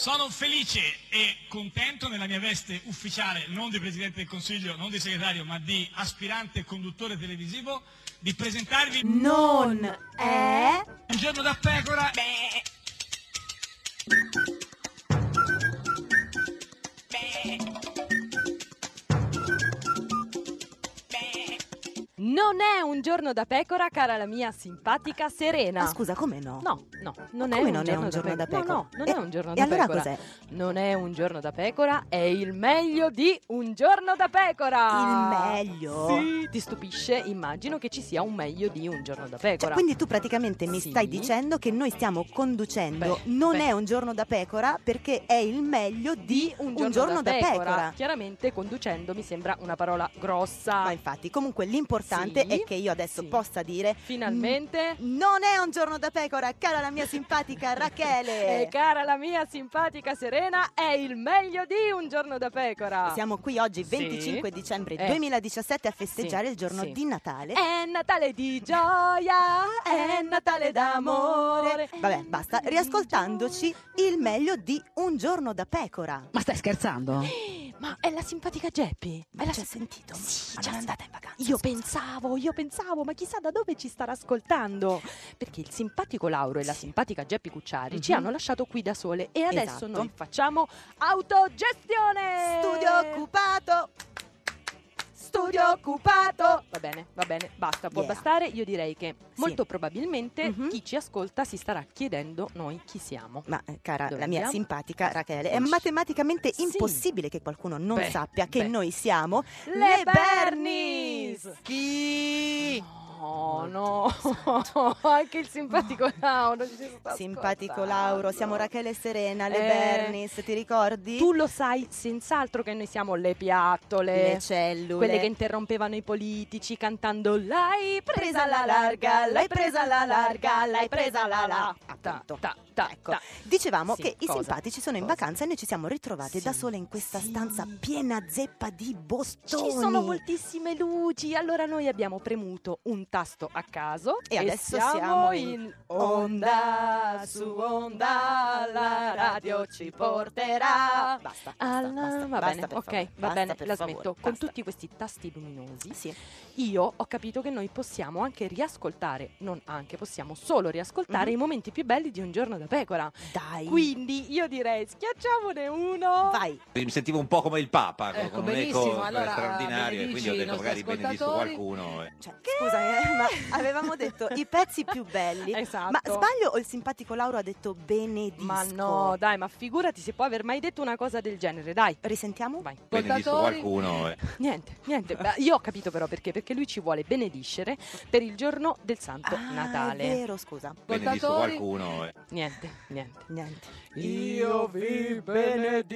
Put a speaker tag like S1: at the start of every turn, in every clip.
S1: Sono felice e contento nella mia veste ufficiale, non di Presidente del Consiglio, non di segretario, ma di aspirante conduttore televisivo, di presentarvi
S2: Non è
S1: un giorno da pecora.
S3: Non è un giorno da pecora, cara la mia simpatica Serena.
S2: Ah, scusa, come no?
S3: No, no, non
S2: Ma
S3: è
S2: come
S3: un
S2: non è
S3: giorno,
S2: un giorno da pecora?
S3: No, no, non
S2: E-
S3: è un giorno
S2: e
S3: da
S2: allora
S3: pecora.
S2: cos'è?
S3: Non è un giorno da pecora, è il meglio di un giorno da pecora.
S2: Il meglio?
S3: Ah,
S2: Cioè,
S3: Sì, ti stupisce, immagino che ci sia un meglio di un giorno da
S2: Cioè,
S3: pecora.
S2: quindi tu praticamente mi
S3: Sì.
S2: stai dicendo che noi stiamo conducendo
S3: Beh,
S2: Non
S3: beh.
S2: è un giorno da pecora perché è il meglio di un giorno, da, pecora.
S3: Chiaramente conducendo mi sembra una parola grossa.
S2: Ma infatti, comunque l'importante
S3: Sì.
S2: è che io adesso
S3: Sì.
S2: possa dire
S3: Finalmente
S2: Non è un giorno da pecora, cara la mia simpatica Rachele
S3: E Eh, cara la mia simpatica Serena, è il meglio di un giorno da pecora.
S2: Siamo qui oggi
S3: Sì.
S2: 25 dicembre
S3: Eh.
S2: 2017 a festeggiare
S3: Sì,
S2: il giorno
S3: sì.
S2: di Natale
S3: È Natale di gioia, è Natale d'amore.
S2: Vabbè, basta, riascoltandoci il meglio di Un giorno da pecora.
S4: Ma stai scherzando?
S3: Ma è la simpatica Geppi. È la
S2: già
S3: sim-
S2: sentito?
S3: Sì,
S2: Ma
S3: già
S2: non è
S3: sta-
S2: Cioè, andata in vacanza,
S3: Io
S2: scusa.
S3: pensavo, io pensavo, ma chissà da dove ci starà ascoltando. Perché il simpatico Lauro e la simpatica Geppi Cucciari ci
S2: Mhm.
S3: hanno lasciato qui da sole e
S2: Esatto.
S3: adesso noi facciamo autogestione.
S2: Studio occupato!
S3: Studio occupato! Va bene, va bene, basta, può
S2: Yeah.
S3: bastare. Io direi che molto probabilmente
S2: Mhm.
S3: chi ci ascolta si starà chiedendo noi chi siamo.
S2: Ma eh, cara,
S3: Dove
S2: la mia
S3: andiamo?
S2: simpatica Rachele, è
S3: Dici.
S2: matematicamente
S3: Sì.
S2: impossibile che qualcuno non
S3: Beh,
S2: sappia che
S3: beh.
S2: noi siamo
S3: Le
S2: Bernis!
S3: Bernis!
S2: Chi?
S3: Oh, No, no, anche il simpatico Lauro ci sta
S2: Simpatico
S3: ascoltando.
S2: Lauro, siamo Rachele e Serena, le
S3: Eh,
S2: Bernis, ti ricordi?
S3: Tu lo sai senz'altro che noi siamo le piattole,
S2: le cellule.
S3: eh, quelle che interrompevano i politici cantando l'hai presa alla larga, l'hai presa alla larga, l'hai presa alla la.
S2: Appunto.
S3: Ta, ta, ta,
S2: Ecco,
S3: ta.
S2: dicevamo
S3: Sì,
S2: che i
S3: cosa?
S2: simpatici sono in
S3: Cosa?
S2: vacanza e noi ci siamo ritrovate
S3: Sì,
S2: da sole in questa
S3: sì.
S2: stanza piena zeppa di bostoni.
S3: Ci sono moltissime luci, allora noi abbiamo premuto un tasto a caso
S2: E adesso siamo in
S3: onda su onda, la radio ci porterà.
S2: Basta, basta,
S3: Alla-
S2: basta,
S3: va
S2: basta,
S3: bene,
S2: per
S3: ok,
S2: favore,
S3: va
S2: basta,
S3: bene,
S2: per
S3: la
S2: favore,
S3: smetto. Con
S2: basta.
S3: tutti questi tasti luminosi,
S2: Sì.
S3: io ho capito che noi possiamo anche riascoltare, non anche, possiamo solo riascoltare
S2: Mhm.
S3: i momenti più belli di un giorno da pecora.
S2: Dai.
S3: Quindi io direi schiacciamone uno.
S2: Vai.
S5: mi sentivo un po' come il Papa
S6: Ecco,
S5: con un
S6: benissimo,
S5: eco
S6: allora,
S5: straordinario e quindi ho
S6: benedici i
S5: detto
S6: nostri
S5: magari benedisco
S6: ascoltatori.
S5: qualcuno eh.
S2: Cioè, scusa, eh, ma avevamo detto i pezzi più belli.
S3: Esatto.
S2: Ma sbaglio o il simpatico Lauro ha detto benedisco?
S3: Ma no, dai, ma figurati se può aver mai detto una cosa del genere, dai.
S2: Risentiamo?
S3: Vai.
S5: benedisco
S6: Ascoltatori.
S5: qualcuno eh.
S3: Niente, niente. Beh, Io ho capito però perché, perché lui ci vuole benediscere per il giorno del Santo
S2: Ah,
S3: Natale.
S2: È vero, scusa.
S5: benedisco
S6: Ascoltatori.
S5: qualcuno eh.
S3: Niente, niente.
S2: Niente.
S3: Io vi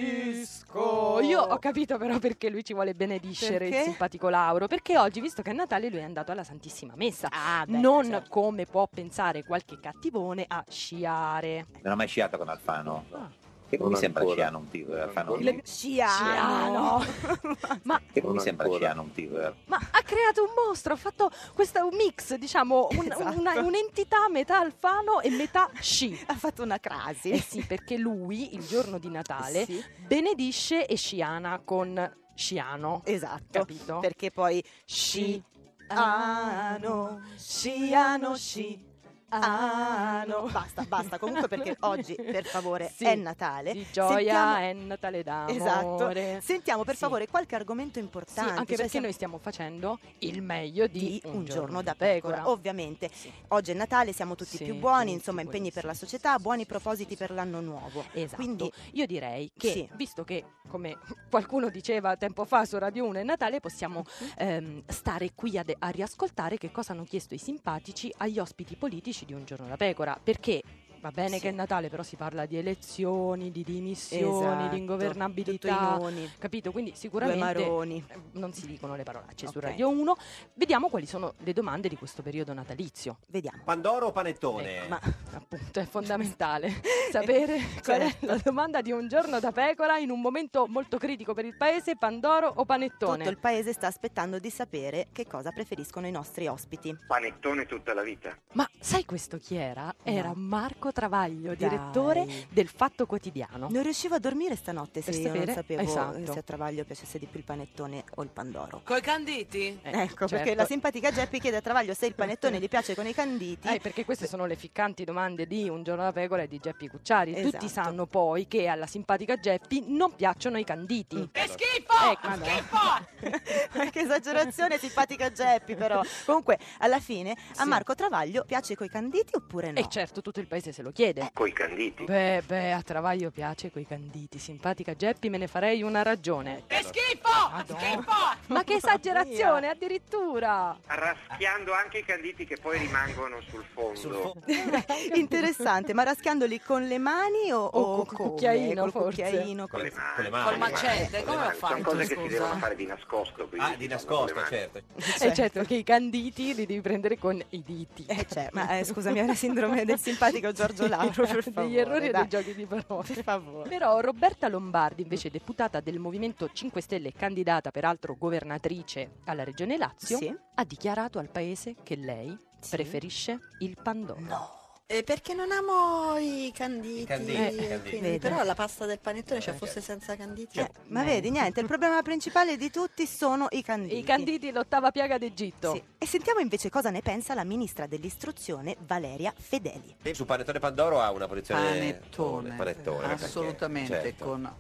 S3: benedisco. Io ho capito però perché lui ci vuole benediscere
S2: Perché?
S3: il simpatico Lauro, perché oggi, visto che è Natale, lui è andato alla Santissima Messa.
S2: Ah, beh,
S3: non
S2: certo.
S3: come può pensare qualche cattivone a sciare.
S5: non ho mai sciato con Alfano
S3: Ah.
S5: che
S7: Non
S5: mi sembra
S7: ancora.
S5: sciano un tigre Alfano
S7: ancora.
S3: Ah,
S2: Sciano.
S3: Ma,
S5: che mi
S7: Non
S5: sembra
S7: ancora.
S5: sciano un eh? tigre
S3: ma ha creato un mostro, ha fatto questo è un mix, diciamo, un-
S2: Esatto.
S3: una- un'entità metà alfano e metà sci.
S2: ha fatto una crasi.
S3: Eh sì, perché lui il giorno di Natale
S2: Sì,
S3: benedisce e sciana con sciano.
S2: Esatto.
S3: Capito?
S2: Perché poi
S3: Sci-
S2: sciano, sciano, sci. Ano. Basta, basta. Comunque perché oggi, per favore,
S3: Sì,
S2: è Natale.
S3: Di gioia
S2: Sentiamo-
S3: è Natale d'amore.
S2: Esatto. Sentiamo per
S3: Sì.
S2: favore qualche argomento
S3: Sì,
S2: importante.
S3: anche
S2: cioè
S3: perché
S2: siamo-
S3: noi stiamo facendo il meglio di,
S2: di un, giorno da pecora, Oh, ovviamente.
S3: Sì.
S2: Oggi è Natale, siamo tutti
S3: Sì,
S2: più buoni,
S3: tutti
S2: insomma,
S3: buoni,
S2: impegni per
S3: sì,
S2: la
S3: sì,
S2: società,
S3: sì,
S2: buoni
S3: sì,
S2: propositi
S3: sì,
S2: per
S3: sì,
S2: l'anno nuovo.
S3: Esatto.
S2: Quindi-
S3: io direi che,
S2: Sì.
S3: visto che, come qualcuno diceva tempo fa su Radio 1 è Natale, possiamo
S2: Mhm.
S3: ehm, stare qui ad- a riascoltare che cosa hanno chiesto i simpatici agli ospiti politici di Un giorno da pecora. Perché va bene
S2: Sì.
S3: che è Natale, però si parla di elezioni, di dimissioni, di ingovernabilità.
S2: tutto i noni,
S3: Capito? Quindi
S2: Esatto. due
S3: sicuramente
S2: maroni.
S3: eh, non si dicono le parolacce su
S2: Ok.
S3: Radio 1. Vediamo quali sono le domande di questo periodo natalizio.
S2: Vediamo.
S5: Pandoro o panettone
S3: Ecco, ma appunto è fondamentale sapere qual è
S2: Certo.
S3: la domanda di un giorno da pecora in un momento molto critico per il paese, Pandoro o Panettone.
S2: Tutto il paese sta aspettando di sapere che cosa
S3: Oh,
S2: preferiscono i nostri ospiti.
S8: Panettone tutta la vita.
S3: Ma sai questo chi era? Era
S2: No.
S3: Marco Travaglio,
S2: Dai.
S3: direttore del Fatto Quotidiano.
S2: Non riuscivo a dormire stanotte se
S3: Per
S2: io non
S3: sapere?
S2: sapevo
S3: Esatto.
S2: se a Travaglio piacesse di più il panettone o il pandoro.
S4: Coi canditi?
S3: Eh,
S2: Ecco,
S3: certo.
S2: perché la simpatica Geppi chiede a Travaglio se il panettone gli piace con i canditi.
S3: Eh, perché queste sono le ficcanti domande di Un giorno da pecora e di Geppi Cucciari.
S2: Esatto.
S3: Tutti sanno poi che alla simpatica Geppi non piacciono i canditi.
S2: Mm.
S4: Che schifo!
S3: Ecco, vabbè.
S4: schifo!
S2: Ma che esagerazione simpatica Geppi però. Comunque, alla fine a
S3: Sì.
S2: Marco Travaglio piace coi canditi oppure no?
S3: E certo tutto il paese se lo chiede.
S6: Coi canditi.
S3: Beh, beh, a Travaglio piace coi canditi. Simpatica Geppi, me ne farei una ragione.
S4: Che schifo!
S3: Madonna.
S4: Schifo!
S3: Ma che
S2: Mamma mia.
S3: esagerazione, addirittura!
S6: Raschiando anche i canditi che poi rimangono sul fondo.
S5: Sul fo-
S4: Eh,
S2: Interessante, ma raschiandoli con le mani o,
S3: certo. O col
S2: come?
S3: cucchiaino,
S2: col
S3: forse.
S2: cucchiaino, con-
S5: con, le,
S6: mani.
S5: con le
S4: Col
S5: mani.
S4: macete,
S5: Con le
S4: come ho
S6: mani. Sono
S4: fatto,
S6: cose che si
S4: scusa?
S6: devono fare di nascosto. quindi
S5: Ah, di
S6: si fanno con le
S5: nascosto,
S6: mani.
S5: certo.
S3: È certo che i canditi li devi prendere con i diti.
S2: Eh, cioè, ma eh, scusami, è la sindrome del simpatico Giorgio Lauro, per favore.
S3: Degli
S2: dai.
S3: errori e dei giochi di parole.
S2: Per favore.
S3: Però Roberta Lombardi, invece deputata del Movimento 5 Stelle e candidata peraltro governatrice alla Regione Lazio,
S2: Sì.
S3: ha dichiarato al paese che lei
S2: Sì.
S3: preferisce il pandoro.
S7: Eh, perché non amo i canditi,
S5: I canditi,
S7: eh,
S5: i canditi.
S7: quindi-
S2: Vedi.
S7: però la pasta del panettone cioè
S5: Eh,
S7: fosse
S5: ok.
S7: senza
S4: Cioè,
S7: canditi
S2: Eh, ma
S3: Eh.
S2: vedi, niente, il problema principale di tutti sono i canditi.
S3: I canditi, l'ottava piaga d'Egitto.
S2: Sì. E sentiamo invece cosa ne pensa la ministra dell'istruzione Valeria Fedeli.
S5: Lei Su Panettone Pandoro ha una posizione...
S8: panettone,
S5: Panettone, perché-
S8: assolutamente
S5: certo.
S8: con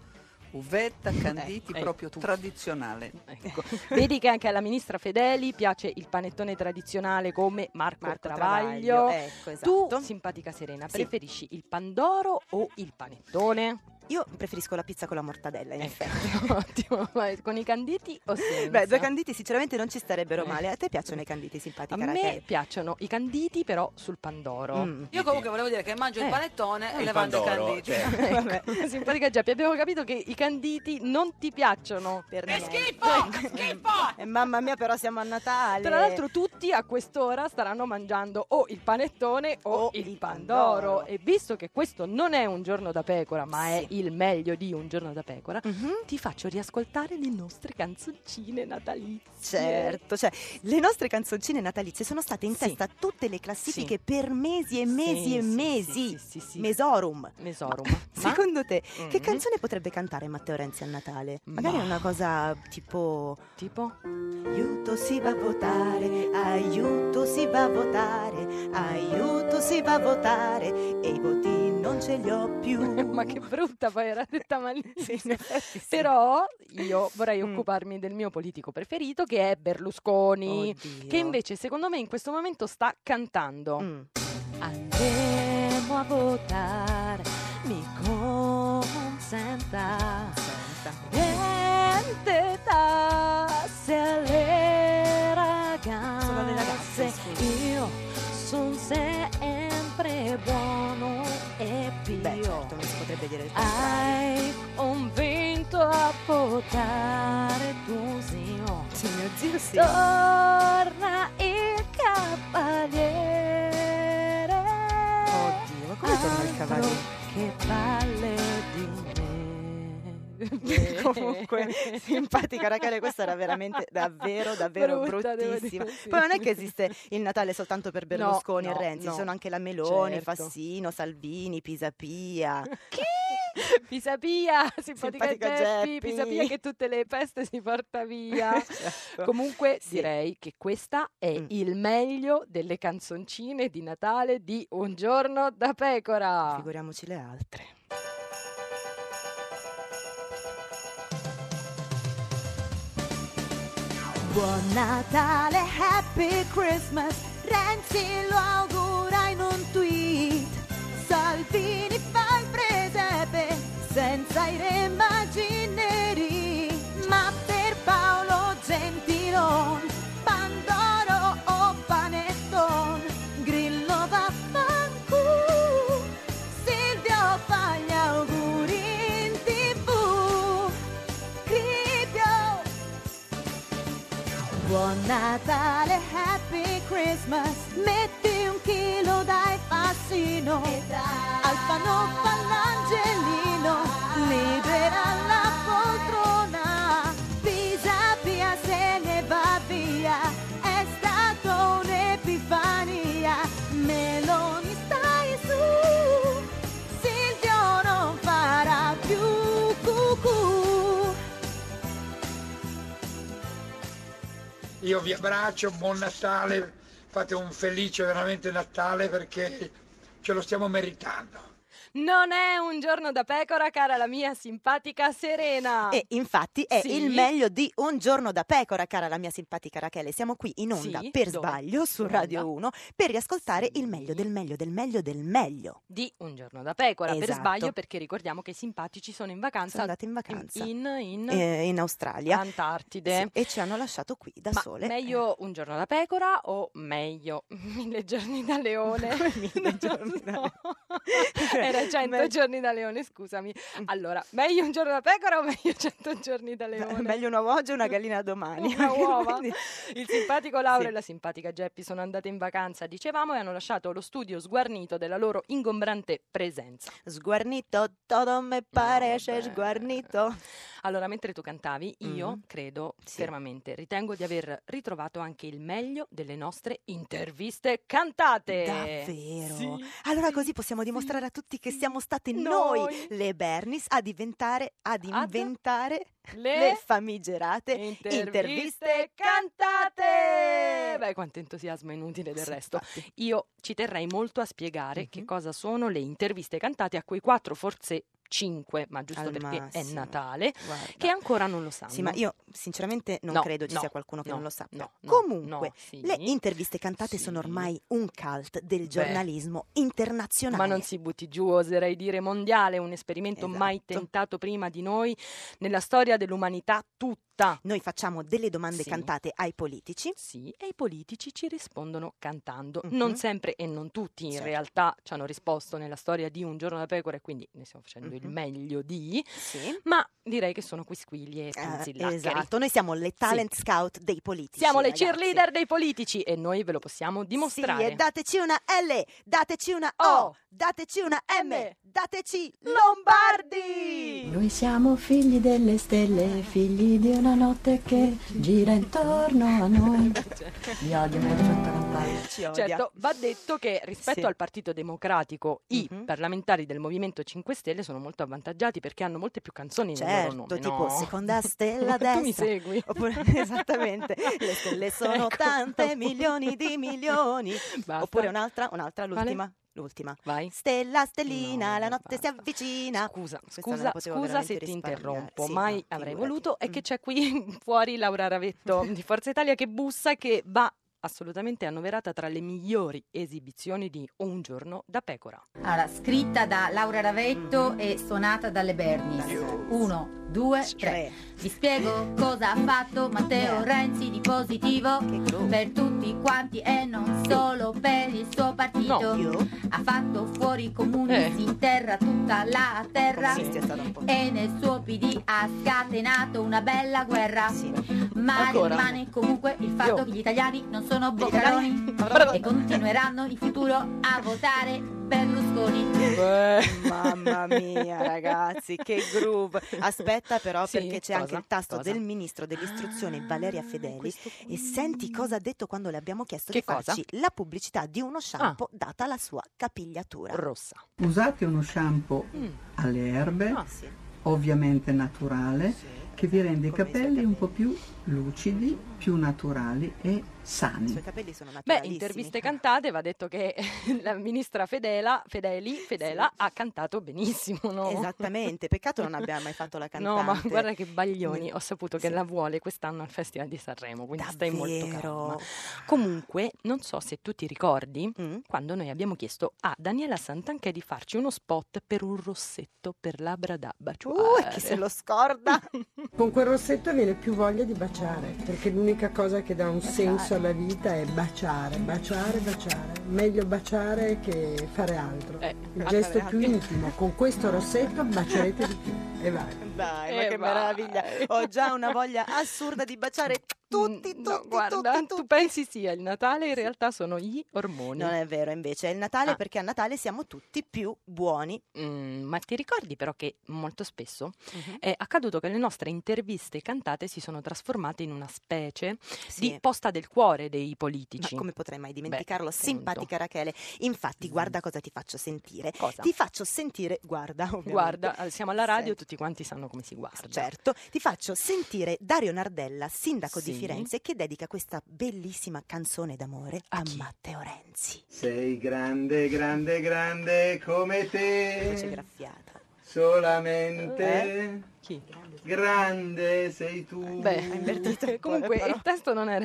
S8: uvetta, canditi
S3: Ecco,
S8: proprio
S3: tutto.
S8: tradizionale.
S3: Ecco. Vedi che anche alla ministra Fedeli piace il panettone tradizionale come Marco,
S2: Marco
S3: Travaglio.
S2: Travaglio. Ecco, esatto.
S3: Tu, simpatica Serena,
S2: Sì.
S3: preferisci il pandoro o il panettone?
S2: Io preferisco la pizza con la mortadella, in effetti.
S3: Ecco, Ottimo, Ma con i canditi o senza?
S2: Beh, due canditi sinceramente non ci starebbero
S3: Eh.
S2: male. A te piacciono i canditi
S3: A
S2: simpatica
S3: me
S2: Raquel?
S3: piacciono i canditi però sul pandoro.
S2: Mm.
S4: Io comunque volevo dire che mangio
S3: Eh.
S4: il panettone e
S5: Il
S4: levando
S9: Eh,
S4: i
S5: pandoro,
S4: canditi.
S5: certo.
S3: Ecco.
S2: Vabbè.
S3: Simpatica Geppi, abbiamo capito che i canditi non ti piacciono.
S2: Per
S4: Che
S2: niente.
S4: schifo! Che schifo!
S2: Eh, mamma mia, però siamo a Natale.
S3: Tra l'altro tutti a quest'ora staranno mangiando o il panettone o,
S2: O
S3: il
S2: il
S3: pandoro.
S2: pandoro.
S3: E visto che questo non è un giorno da pecora, ma è
S2: Sì.
S3: il meglio di un giorno da pecora,
S2: Mhm.
S3: ti faccio riascoltare le nostre canzoncine natalizie.
S2: Certo, cioè, le nostre canzoncine natalizie sono state in
S3: Sì.
S2: testa a tutte le classifiche
S3: Sì.
S2: per mesi e mesi
S3: Sì,
S2: e
S3: sì,
S2: mesi.
S3: Sì, sì, sì, sì.
S2: Mesorum.
S3: Mesorum.
S2: Ma-
S3: Ma-
S2: Secondo te, che
S3: Mm.
S2: canzone potrebbe cantare Matteo Renzi a Natale? Magari
S3: Ma-
S2: una cosa tipo
S3: Tipo?
S2: Aiuto si va a votare, aiuto si va a votare, aiuto si va a votare e i voti non ce li ho più.
S3: Ma che brutta poi era detta malissimo.
S2: Uh. Sì, in effetti sì.
S3: Però io vorrei
S2: Mm.
S3: occuparmi del mio politico preferito che è Berlusconi,
S2: Oddio.
S3: che invece secondo me in questo momento sta cantando.
S2: Mm.
S3: Andremo a votare, mi consenta. Niente tasse alle ragazze.
S2: Solo alle ragazze, scusi.
S3: Io sono sempre buono e pio.
S2: Beh, certo, non si potrebbe dire il contrario.
S3: Hai convinto a votare tuo zio.
S2: Sì, mio zio sì.
S3: oh. Torna il cavaliere.
S2: Oddio, ma come torna il
S3: Altro
S2: cavallo?
S3: Ah, Che palle di me.
S2: Comunque, simpatica Rachele, questa era veramente davvero, davvero
S3: Brutta, devo
S2: bruttissima.
S3: dire, sì.
S2: Poi non è che esiste il Natale soltanto per Berlusconi
S3: no,
S2: e Renzi,
S3: no.
S2: ci sono anche la Meloni,
S3: Certo.
S2: Fassino, Salvini, Pisapia.
S3: Chi? Pisapia, simpatica,
S2: Simpatica
S3: Geppi,
S2: Geppi. Esatto.
S3: Pisapia che tutte le peste si porta via. Comunque
S2: Sì.
S3: direi che questa è
S2: Mm.
S3: il meglio delle canzoncine di Natale di Un giorno da pecora.
S2: Figuriamoci le altre. Buon Natale, Happy Christmas, Renzi lo augura in un tweet. Salvini fa il presepe senza i re immagineri, ma per Paolo Gentilon, Pandoro o Panetton, Grillo vaffanculo, Silvio fa gli auguri in tv, Cripio Buon Natale, Happy Christmas Metti un chilo dai fassino Alfano fa l'angelino Libera la poltrona Pisa via se ne va via È stata un'epifania Meloni stai su
S10: Io vi abbraccio, buon Natale, fate un felice veramente Natale perché ce lo stiamo meritando.
S3: Non è un giorno da pecora, cara la mia simpatica Serena.
S2: E infatti è
S3: Sì.
S2: il meglio di un giorno da pecora, cara la mia simpatica Rachele. Siamo qui in onda
S3: Sì,
S2: per
S3: dove?
S2: sbaglio su
S3: In
S2: Radio
S3: onda.
S2: 1 per riascoltare
S3: Sì.
S2: il meglio del meglio del meglio del meglio.
S3: Di un giorno da pecora, per
S2: Esatto.
S3: sbaglio, perché ricordiamo che i simpatici sono in vacanza.
S2: Sono andate in vacanza
S3: In, in
S2: eh, in Australia
S3: Antartide.
S2: Sì, e ci hanno lasciato qui da
S3: Ma
S2: sole.
S3: meglio un giorno da pecora o meglio mille giorni da leone?
S2: Come mille giorni da leone?
S3: Era cento
S2: Me- Mm.
S3: giorni da leone, scusami. Allora, meglio un giorno da pecora o meglio cento giorni da leone?
S2: meglio un uovo oggi e una gallina domani.
S3: Una uova. Il simpatico Laura
S2: Sì.
S3: e la simpatica Geppi sono andate in vacanza, dicevamo, e hanno lasciato lo studio sguarnito della loro ingombrante presenza.
S2: Sguarnito, todo me parece
S3: vabbè.
S2: sguarnito.
S3: Eh, Allora, mentre tu cantavi, io
S2: Mm.
S3: credo
S2: Sì.
S3: fermamente, ritengo di aver ritrovato anche il meglio delle nostre interviste cantate.
S2: Davvero?
S3: Sì,
S2: Allora
S3: sì,
S2: così possiamo
S3: sì,
S2: dimostrare a tutti che
S3: sì.
S2: siamo state
S3: Noi.
S2: noi, le Bernis a diventare, ad
S3: Ad-
S2: inventare
S3: le,
S2: le famigerate
S3: interviste,
S2: interviste
S3: cantate.
S2: cantate.
S3: Beh, quanto entusiasmo inutile del
S2: Sì,
S3: resto.
S2: infatti.
S3: Io ci terrei molto a spiegare che
S2: Mhm.
S3: cosa sono le interviste cantate a quei quattro, forse cinque, ma giusto
S2: Al
S3: perché è
S2: massimo.
S3: Natale,
S2: Guarda.
S3: che ancora non lo sanno.
S2: Sì, ma io sinceramente non
S3: No,
S2: credo ci
S3: no,
S2: sia qualcuno che
S3: no,
S2: non lo sappia.
S3: no, no,
S2: Comunque,
S3: no, sì.
S2: le interviste cantate sono
S3: Sì.
S2: ormai un cult del giornalismo internazionale.
S3: Ma non si butti giù, oserei dire mondiale, un esperimento mai
S2: Esatto.
S3: tentato prima di noi nella storia dell'umanità tutta.
S2: Noi facciamo delle domande
S3: Sì.
S2: cantate ai politici.
S3: Sì, e i politici ci rispondono cantando.
S2: Mhm.
S3: Non sempre e non tutti in
S2: Certo.
S3: realtà ci hanno risposto nella storia di Un giorno da pecora e quindi ne stiamo facendo il
S2: Mhm.
S3: meglio di,
S2: Sì.
S3: ma direi che sono quisquiglie e
S2: Eh,
S3: pinzillaccheri.
S2: esatto, noi siamo le talent scout dei politici.
S3: Siamo le
S2: ragazzi.
S3: cheerleader dei politici e noi ve lo possiamo
S2: Sì,
S3: dimostrare.
S2: e dateci una L, dateci una O,
S3: O,
S2: dateci una M,
S3: M,
S2: dateci Lombardi!
S11: Noi siamo figli delle stelle, figli di una notte che gira intorno a noi. Vi odio, mi avete fatto cantare.
S2: Ci odia.
S3: Certo, va detto che rispetto
S2: Sì.
S3: al Partito Democratico i
S2: Mhm.
S3: parlamentari del Movimento 5 Stelle sono molto avvantaggiati perché hanno molte più canzoni nel loro
S2: Certo,
S3: nome.
S2: tipo
S3: no?
S2: Seconda Stella
S3: Tu mi
S2: Destra.
S3: segui?
S2: Oppure, esattamente, le stelle sono
S3: Ecco.
S2: tante, milioni di milioni.
S3: Basta.
S2: Oppure un'altra, un'altra,
S3: Quale?
S2: l'ultima, l'ultima.
S3: Vai.
S2: Stella, stellina,
S3: No,
S2: la notte si
S3: basta.
S2: avvicina. Questa
S3: Scusa,
S2: me la
S3: scusa,
S2: potevo
S3: scusa se
S2: veramente
S3: ti
S2: risparmiare.
S3: interrompo,
S2: Sì,
S3: mai
S2: no,
S3: avrei
S2: figurati.
S3: voluto. È
S2: Mm.
S3: che c'è qui fuori Laura Ravetto di Forza Italia che bussa e che va assolutamente annoverata tra le migliori esibizioni di Un giorno da pecora.
S9: Allora, scritta da Laura Ravetto e suonata dalle Bernis. Uno, due,
S3: cioè,
S9: tre.
S2: Tre.
S9: Vi spiego cosa ha fatto Matteo
S2: Eh.
S9: Renzi di positivo
S2: Che cosa?
S9: per tutti quanti e non solo per il suo partito.
S2: Io?
S9: Ha fatto fuori i comuni,
S3: Eh.
S9: si interra tutta la terra.
S2: Comunisti è stato un po'.
S9: E nel suo PD ha scatenato una bella guerra.
S2: Sì.
S9: Ma
S3: Ancora?
S9: rimane comunque il fatto
S3: Io.
S9: che gli italiani non sono
S2: Gli italiani-
S9: boccaroni e continueranno in futuro a votare Berlusconi.
S2: Mamma mia, ragazzi, che groove. Aspetta però
S3: Sì,
S2: perché c'è
S3: cosa?
S2: anche il tasto
S3: Cosa?
S2: del ministro dell'istruzione
S3: Ah,
S2: Valeria Fedeli
S3: questo qui.
S2: e senti cosa ha detto quando le abbiamo chiesto
S3: Che
S2: di
S3: cosa? Ah.
S2: farci la pubblicità di uno shampoo data la sua capigliatura.
S3: rossa.
S8: Usate uno shampoo
S3: Mm.
S8: alle erbe,
S2: Ah, sì.
S8: ovviamente naturale,
S2: Sì.
S8: che vi rende i
S2: Come i suoi
S8: capelli un po'
S2: capelli.
S8: più lucidi, più naturali e
S2: I
S8: sani.
S2: suoi capelli sono
S3: Beh,
S2: naturalissimi.
S3: interviste cantate, va detto che la ministra Fedela, Fedeli, Fedela ha cantato benissimo, no?
S2: Esattamente, peccato non abbia mai fatto la cantante.
S3: No, ma guarda che baglioni, ho saputo che
S2: Sì.
S3: la vuole quest'anno al Festival di Sanremo, quindi stai molto calma.
S2: Davvero?
S3: Comunque, non so se tu ti ricordi
S2: Mm?
S3: quando noi abbiamo chiesto a Daniela Santanchè di farci uno spot per un rossetto per cioè labbra da baciuare.
S2: Uh, e chi se lo scorda?
S11: Con quel rossetto viene più voglia di baciare, perché l'unica cosa che dà un senso alla vita è baciare, baciare, baciare. Meglio baciare che fare altro.
S3: Eh,
S11: Il
S3: ah,
S11: gesto
S3: vabbè,
S11: più
S3: anche-
S11: intimo, con questo rossetto bacerete di più. E vai.
S2: Dai, ma
S3: Eh,
S2: che
S3: vai.
S2: meraviglia! Ho già una voglia assurda di baciare tutti, tutti,
S3: Mm, no, guarda,
S2: tutti,
S3: tu
S2: tutti.
S3: pensi sia il Natale, in realtà sono gli ormoni.
S2: Non è vero, invece, è il Natale
S3: Ah.
S2: perché a Natale siamo tutti più buoni.
S3: Mm, ma ti ricordi però che molto spesso è accaduto che le nostre interviste cantate si sono trasformate in una specie di
S2: Sì.
S3: posta del cuore dei
S2: Ma
S3: politici.
S2: come potrei mai dimenticarlo?
S3: appunto.
S2: Simpatica Rachele. Infatti,
S3: Mm.
S2: guarda cosa ti faccio sentire.
S3: Cosa?
S2: Ti faccio sentire, guarda, ovviamente.
S3: Guarda, eh, siamo alla radio,
S2: Sen-
S3: tutti quanti sanno come si guarda.
S2: Certo, ti faccio sentire Dario Nardella, sindaco di
S3: Sì.
S2: Firenze che dedica questa bellissima canzone d'amore a, Matteo Renzi.
S12: Sei grande, grande, grande come
S13: Eh.
S12: te.
S2: Voce graffiata.
S12: Solamente.
S3: Chi?
S12: Grande sei tu.
S2: Beh, ha invertito un po' le
S3: Eh. Comunque
S2: parole.
S3: il testo non era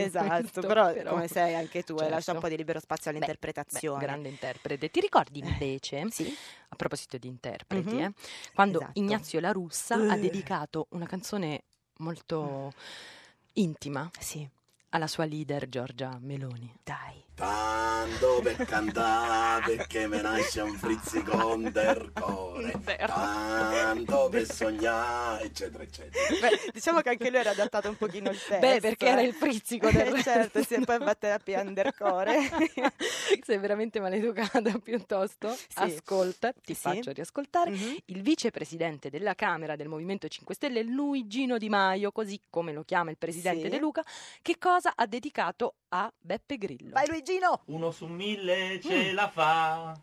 S2: Esatto,
S3: questo,
S2: però, come sei anche tu, eh,
S3: Certo.
S2: lascia un po' di libero spazio
S3: Beh,
S2: all'interpretazione. Eh.
S3: beh, grande interprete. Ti ricordi invece, a proposito di interpreti,
S2: Mhm.
S3: eh, quando
S2: Esatto.
S3: Ignazio La Russa ha
S2: Eh.
S3: dedicato una canzone molto intima alla sua leader Giorgia Meloni. Dai.
S14: Tanto per cantare che me nasce un frizziconte del cuore. Tanto per sognare, eccetera, eccetera.
S2: Beh, diciamo che anche lui era adattato un pochino il testo.
S3: Beh, perché era
S2: eh.
S3: il frizzico del
S2: Eh,
S3: resto.
S2: Certo, si è poi batte a piandercore.
S3: Sei veramente maleducata piuttosto. Ascolta, ti faccio riascoltare.
S2: Mhm. Mm-hmm.
S3: Il vicepresidente della Camera del Movimento 5 Stelle, Luigino Di Maio, così come lo chiama il presidente
S2: Sì.
S3: De Luca, che cosa ha dedicato a Beppe Grillo? Vai
S2: Luigino!
S15: Uno su mille
S3: ce
S15: la fa.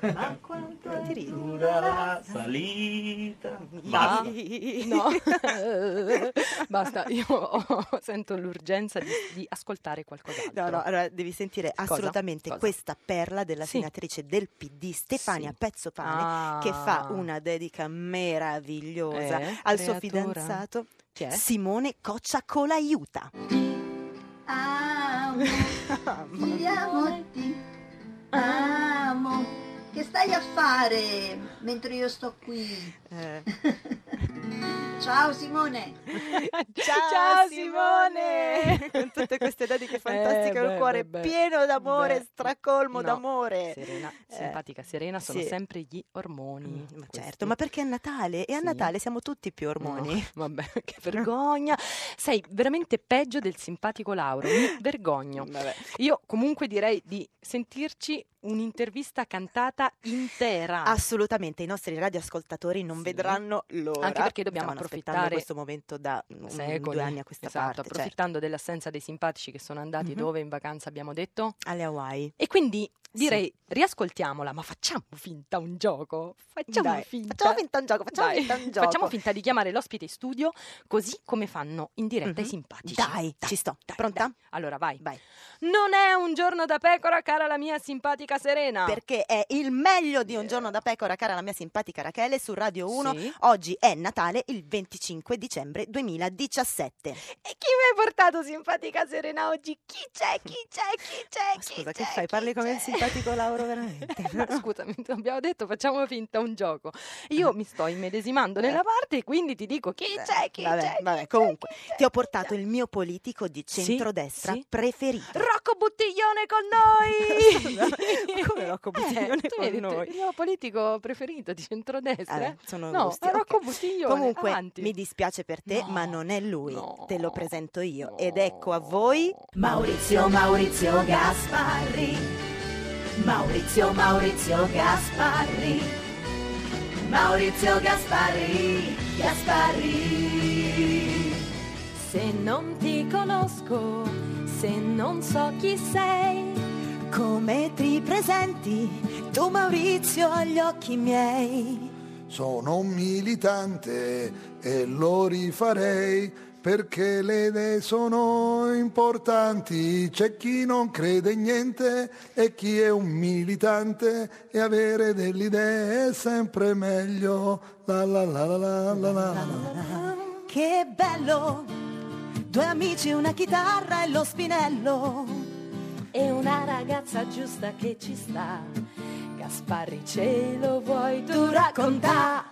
S2: Ma quanto è
S15: Dura la salita.
S3: Ma no, basta, io ho- sento l'urgenza di, di ascoltare qualcos'altro.
S2: No, no, allora devi sentire
S3: Cosa?
S2: assolutamente
S3: Cosa?
S2: questa perla della
S3: Sì.
S2: senatrice del PD Stefania
S3: Sì.
S2: Pezzopane
S3: Ah.
S2: che fa una dedica meravigliosa
S3: Eh,
S2: al suo
S3: creatura.
S2: fidanzato
S3: Chi è?
S2: Simone Coccia Colaiuta.
S16: Amo, ti amo, ti amo. Che stai a fare mentre io sto qui?
S3: Eh.
S16: Ciao Simone.
S2: Ciao, Simone! Con tutte queste dediche fantastiche,
S3: Eh,
S2: un
S3: beh,
S2: cuore
S3: beh, beh.
S2: pieno d'amore,
S3: Beh,
S2: stracolmo
S3: no,
S2: d'amore.
S3: Serena,
S2: Eh,
S3: simpatica Serena, sono
S2: sì.
S3: sempre gli ormoni.
S2: Certo, ma perché è Natale e a Natale siamo tutti più ormoni.
S3: vabbè, che vergogna. Sei veramente peggio del simpatico Lauro, mi vergogno. Io comunque direi di sentirci un'intervista cantata intera.
S2: Assolutamente, i nostri radioascoltatori non vedranno l'ora.
S3: Anche perché dobbiamo
S2: Stavano aspettando
S3: approfittare
S2: questo momento da mm,
S3: Secoli.
S2: due anni a questa
S3: Esatto,
S2: parte. certo.
S3: approfittando dell'assenza dei simpatici che sono andati
S2: Mhm.
S3: dove in vacanza abbiamo detto?
S2: Alle Hawaii.
S3: E quindi direi riascoltiamola, ma facciamo finta un gioco. Facciamo
S2: Dai,
S3: finta.
S2: facciamo finta un gioco, facciamo
S3: Dai,
S2: finta un gioco.
S3: Facciamo finta di chiamare l'ospite in studio così come fanno in diretta i simpatici.
S2: Mhm. Dai, ci sto. Pronta?
S3: Allora vai. Non è un giorno da pecora, cara la mia simpatica Serena.
S2: Perché è il meglio di un giorno da pecora, cara la mia simpatica Rachele, su Radio 1.
S3: Eh. Sì.
S2: Oggi è Natale, il 25 dicembre 2017.
S3: E chi mi hai portato simpatica Serena oggi? Chi c'è? Chi c'è? Chi c'è? Chi
S2: Scusa, che fai? Parli come il simpatico Lauro, veramente.
S3: Ma Scusami, ti abbiamo detto facciamo finta un gioco. Io mi sto immedesimando nella parte, quindi ti dico chi c'è, chi
S2: Eh. vabbè,
S3: c'è.
S2: vabbè, comunque, ti ho portato il mio politico di
S3: Sì,
S2: centrodestra
S3: sì.
S2: preferito.
S3: Rocco Buttiglione con noi! Eh,
S2: Come Rocco Buttiglione
S3: tu mi hai
S2: con
S3: detto,
S2: noi?
S3: Il mio politico preferito di centrodestra.
S2: Vabbè,
S3: eh?
S2: sono
S3: no,
S2: gusti,
S3: Rocco
S2: ok.
S3: Buttiglione.
S2: Comunque,
S3: avanti.
S2: mi dispiace per te,
S3: No,
S2: ma non è lui. Te lo presento io. Ed ecco a voi
S16: Maurizio, Maurizio Gasparri. Maurizio, Maurizio Gasparri. Maurizio Gasparri, Gasparri.
S3: Se non ti conosco, se non so chi sei,
S2: come ti presenti tu Maurizio agli occhi miei.
S13: Sono un militante e lo rifarei perché le idee sono importanti. C'è chi non crede in niente e chi è un militante e avere delle idee è sempre meglio. La la la la la la la.
S2: Che bello! Due amici, una chitarra e lo spinello.
S3: è una ragazza giusta che ci sta. Gasparri ce lo vuoi tu raccontare?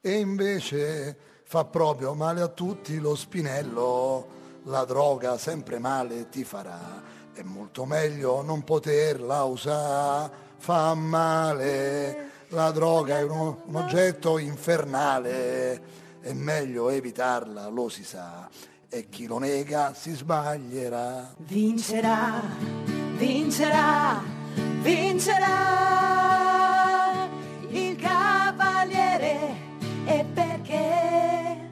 S13: E invece fa proprio male a tutti lo spinello. La droga sempre male ti farà. È molto meglio non poterla usare. Fa male. La droga è uno- un oggetto infernale. È meglio evitarla, lo si sa. E chi lo nega si sbaglierà.
S2: Vincerà, vincerà, vincerà il cavaliere e perché?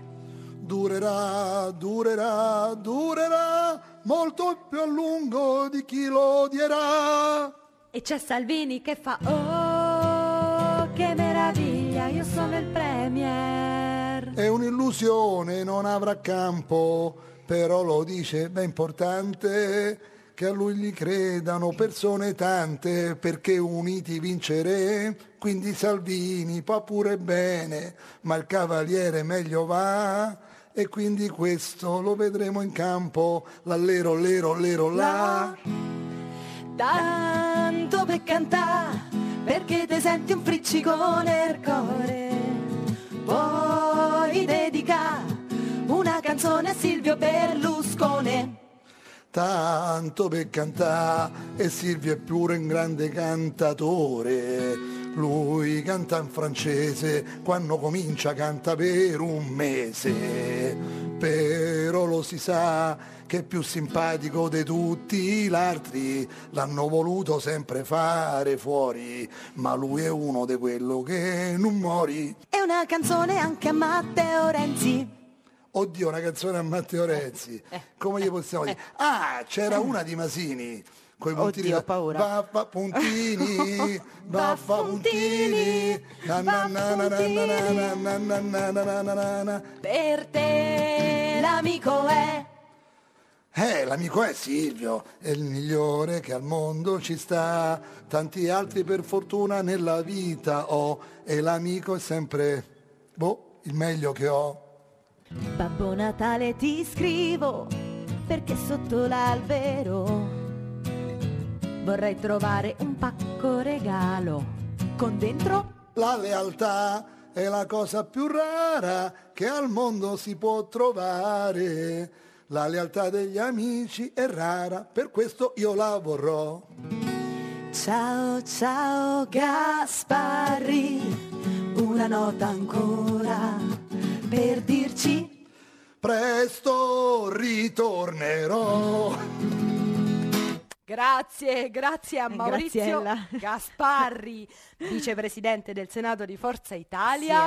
S13: Durerà, durerà, durerà molto più a lungo di chi lo odierà.
S16: E c'è Salvini che fa oh che meraviglia, io sono il premier.
S13: È un'illusione, non avrà campo. però lo dice, beh, è importante che a lui gli credano persone tante, perché uniti vincere, quindi Salvini può pure bene, ma il cavaliere meglio va. E quindi questo lo vedremo in campo, l'allero, lero, lero, là.
S2: Tanto per cantare, perché ti senti un friccicone al cuore. Vuoi dedicare una canzone a Silvio Berlusconi.
S13: Tanto per cantare e Silvio è pure un grande cantatore. Lui canta in francese, quando comincia canta per un mese. Però lo si sa che è più simpatico di tutti gli altri, l'hanno voluto sempre fare fuori, ma lui è uno di quello che non muori.
S2: È una canzone anche a Matteo Renzi.
S13: Oddio, una canzone a
S2: Eh,
S13: Matteo Renzi. Come gli possiamo dire? Ah, c'era una di Masini. Coi puntini
S2: Mm. Oddio,
S13: da- Vaffa puntini, vaffa puntini, na na na na na na na na na na na na na na.
S2: Per te l'amico è.
S13: Eh, l'amico è Silvio, è il migliore che al mondo ci sta. Tanti altri per fortuna nella vita ho. E l'amico è sempre, boh, il meglio che ho.
S2: Babbo Natale ti scrivo perché sotto l'albero vorrei trovare un pacco regalo con dentro
S13: La lealtà è la cosa più rara che al mondo si può trovare. La lealtà degli amici è rara, per questo io la vorrò.
S2: Ciao ciao Gasparri, una nota ancora per dirci
S13: presto ritornerò.
S3: Grazie, grazie a Maurizio
S17: Graziella.
S3: Gasparri, vicepresidente del Senato di Forza Italia.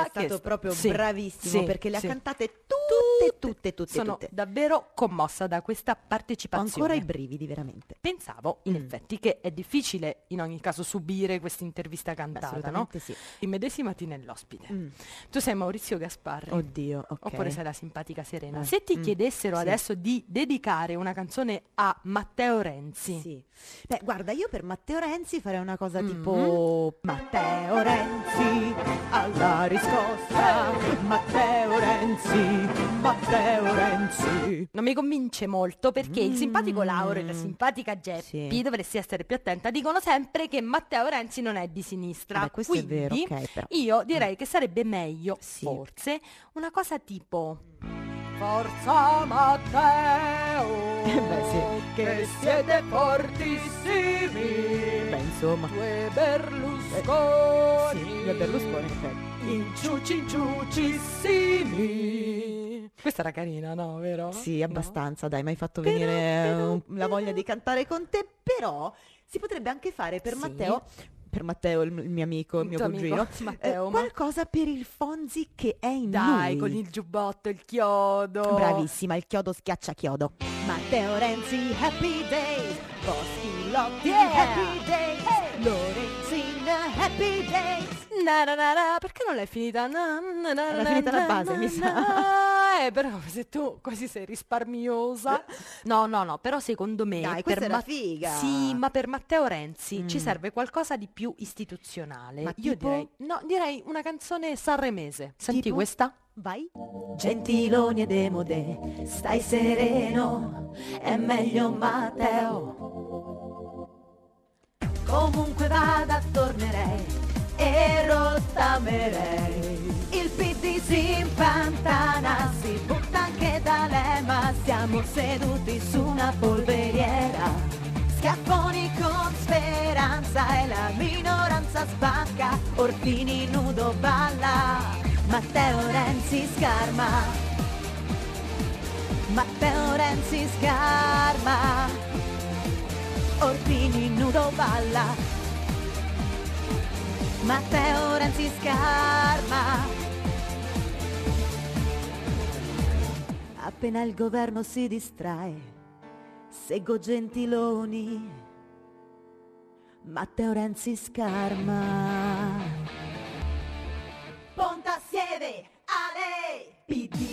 S17: Sì, è
S3: che
S17: stato proprio
S3: sì,
S17: bravissimo,
S3: sì,
S17: perché le ha
S3: sì.
S17: cantate tutte, tutte, tutte,
S3: Sono
S17: tutte.
S3: davvero commossa da questa
S17: Ho
S3: partecipazione.
S17: ancora i Mm. brividi, veramente.
S3: Pensavo, in effetti, che è difficile in ogni caso subire questa intervista cantata, no?
S17: assolutamente sì.
S3: Immedesimati nell'ospite.
S17: Mm.
S3: Tu sei Maurizio Gasparri.
S17: Oddio, ok.
S3: Oppure sei la simpatica Serena.
S17: Eh,
S3: Se ti
S17: mm,
S3: chiedessero
S17: sì.
S3: adesso di dedicare una canzone a Matteo Renzi.
S17: Beh, guarda, io per Matteo Renzi farei una cosa
S2: Mm-hmm.
S17: tipo Matteo Renzi alla riscossa, Matteo Renzi, Matteo Renzi.
S3: Non mi convince molto perché il simpatico Lauro e la simpatica Geppi,
S17: Mm. Sì.
S3: dovresti essere più attenta, dicono sempre che Matteo Renzi non è di
S2: Ah,
S3: sinistra.
S17: Beh, questo è
S3: Quindi,
S17: vero, ok, però.
S3: Io direi che sarebbe meglio, forse, una cosa tipo... Forza Matteo! Che siete fortissimi!
S17: Beh, insomma.
S3: Eh, Due Berlusconi!
S17: Sì, due Berlusconi, eh. in effetti.
S3: Inciuci, inciucissimi! Questa era carina, no? Vero?
S17: Sì, abbastanza, dai, mi hai fatto venire eh, un- la voglia di cantare con te, però si potrebbe anche fare per
S3: Sì.
S17: Matteo, per Matteo il, il mio amico, il mio
S3: tuo amico,
S17: cugino, eh,
S3: Matteo, ma-
S17: qualcosa per il Fonzi che è in
S3: Dai,
S17: lui.
S3: con il giubbotto, il chiodo.
S17: Bravissima, il chiodo schiaccia chiodo. Matteo Renzi, happy days, Boschi Lotti,
S3: Yeah!
S17: happy days, Lorenzina, happy days.
S3: Na na na na, perché non l'hai finita? Na, na, na,
S17: Era
S3: na,
S17: finita
S3: na,
S17: la base,
S3: na,
S17: mi sa.
S3: na. Eh, però se tu così sei risparmiosa. No, no, no, però secondo me
S17: Dai,
S3: per
S17: questa era
S3: Ma-
S17: figa.
S3: Sì, ma per Matteo Renzi ci
S17: Mm.
S3: serve qualcosa di più istituzionale.
S17: Ma
S3: Io
S17: tipo?
S3: direi No, direi una canzone sanremese. Senti
S17: Tipo?
S3: questa?
S17: Vai.
S2: Gentiloni e Demode, stai sereno, è meglio Matteo. Comunque vada tornerei e rottamerei. Il PD si impantana, si butta anche da lei, ma siamo seduti su una polveriera. Schiaffoni con speranza e la minoranza spacca, Orfini nudo balla, Matteo Renzi scarma. Matteo Renzi scarma, Orfini nudo balla. Matteo Renzi scarma. Appena il governo si distrae, seguo Gentiloni, Matteo Renzi scarma. Ponta sieve a lei, PD.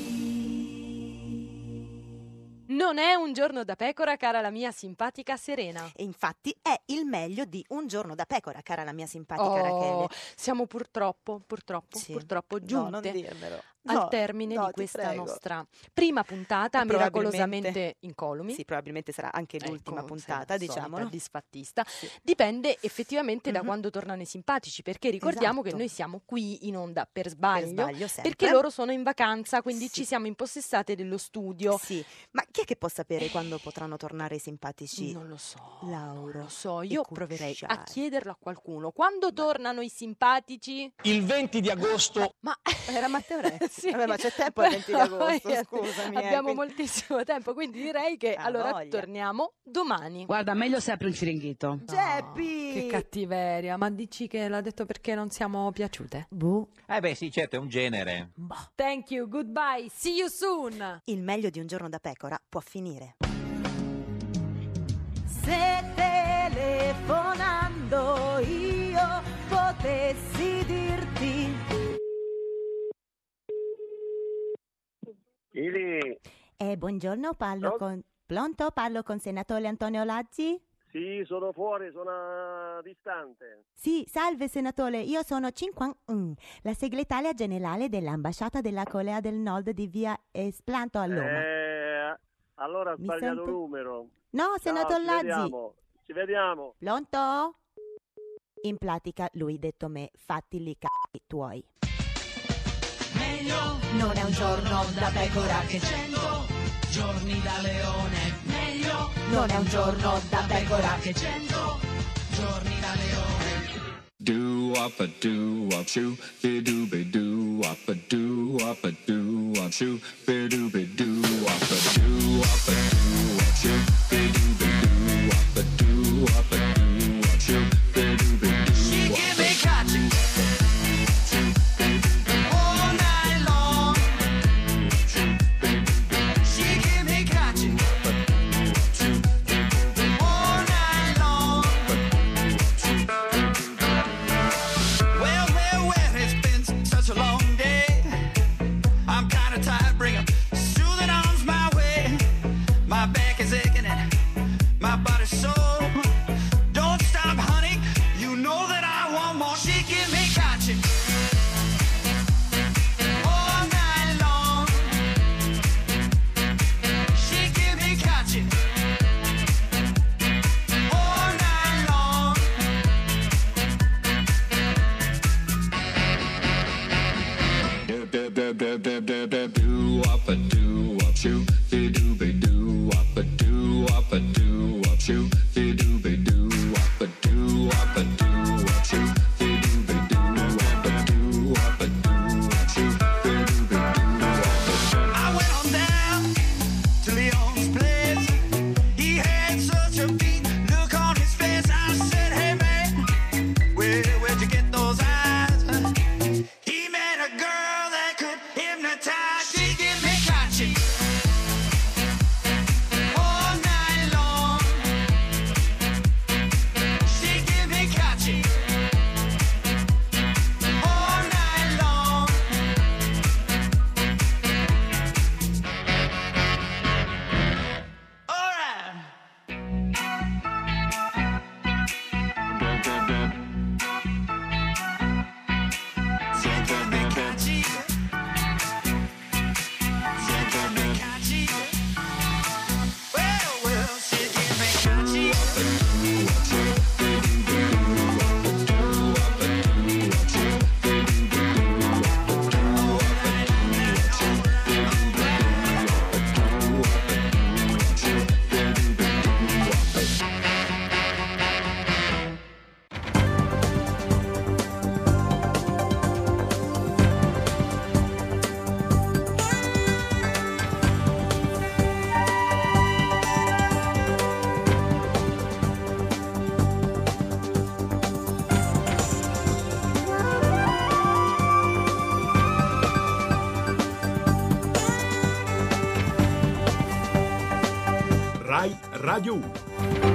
S3: Non è un giorno da pecora, cara la mia simpatica Serena.
S2: E infatti è il meglio di Un giorno da pecora, cara la mia simpatica
S3: Oh,
S2: Rachele.
S3: Siamo purtroppo, purtroppo, purtroppo giunte
S2: non dirmelo.
S3: al
S2: No,
S3: termine
S2: no,
S3: di
S2: ti
S3: questa
S2: prego.
S3: nostra prima puntata
S2: Ma
S3: miracolosamente
S2: probabilmente-
S3: incolumi.
S2: Sì, probabilmente sarà anche l'ultima
S3: Ecco,
S2: puntata,
S3: sei la solita
S2: diciamolo.
S3: disfattista. Dipende effettivamente da quando tornano i simpatici, perché ricordiamo che
S2: Esatto.
S3: noi siamo qui in onda per sbaglio,
S2: sbaglio, sempre.
S3: perché loro sono in vacanza, quindi ci siamo impossessate dello studio.
S2: Sì, ma chi è che può sapere quando potranno tornare i simpatici?
S3: Non lo so.
S2: Lauro.
S3: Lo so, io proverei a chiederlo a qualcuno. Quando tornano i simpatici?
S18: Il 20 di agosto
S3: Ma
S2: era Matteo Renzi. Vabbè, ma c'è tempo
S3: al
S2: al 20 di agosto, scusami, eh,
S3: Abbiamo
S2: quindi-
S3: moltissimo tempo, quindi direi che allora
S2: voglia.
S3: torniamo domani.
S11: Guarda, meglio se apri il firinghito.
S2: Geppi!
S11: che
S3: cattiveria, ma dici che l'ha detto perché non siamo piaciute? Boh.
S19: Eh beh sì, certo, è un genere.
S3: Thank you, goodbye, see you soon.
S2: Il meglio di un giorno da pecora può finire.
S20: Se telefonando io potessi dirti
S5: Ili,
S21: Eh, buongiorno, parlo con... Pronto? Parlo con senatore Antonio Lazzi?
S5: sì, sono fuori, sono distante.
S21: Sì, salve senatore, io sono 51, la segretaria generale dell'ambasciata della Corea del Nord di via Esplanto a Roma.
S5: Eh, allora ho
S21: Mi
S5: sbagliato
S21: sente?
S5: numero.
S21: No,
S5: Ciao,
S21: senator
S5: ci
S21: Lazzi.
S5: vediamo, Ci vediamo.
S21: Pronto? In pratica lui detto me, fatti li c***i tuoi.
S11: Meglio non è un giorno da pecora che cento giorni da leone. Meglio non è un giorno da pecora che cento giorni da leone.
S13: Do up a do up shoo be do be do up a do up a do up shoo be do be do up a do up a do up shoo be do be do up a do up a do up shoo be do be do. She give me catching
S11: All night long. She give me catching. All night long. Well, well, well, it's been such a long day. I'm kinda tired, bring a soothing arms my way. My back is aching and my body's sore. Don't stop, honey, you know that I want more. She give me catching. All night long. She give me catching. All night long.
S13: do do do do do do do do up a do up shoo be do be do up a do up a do up shoo be do be do up a do up a do up shoo be do be do up a do up a do up shoo be do be do up
S11: I went on down to Leon's place. He had such a mean look on his face. I said, Hey man, where where'd you get those eyes? He met a girl that could hypnotize. She give me catchy all night long. She give me catchy all night long. All right.
S22: Rai Radio 1.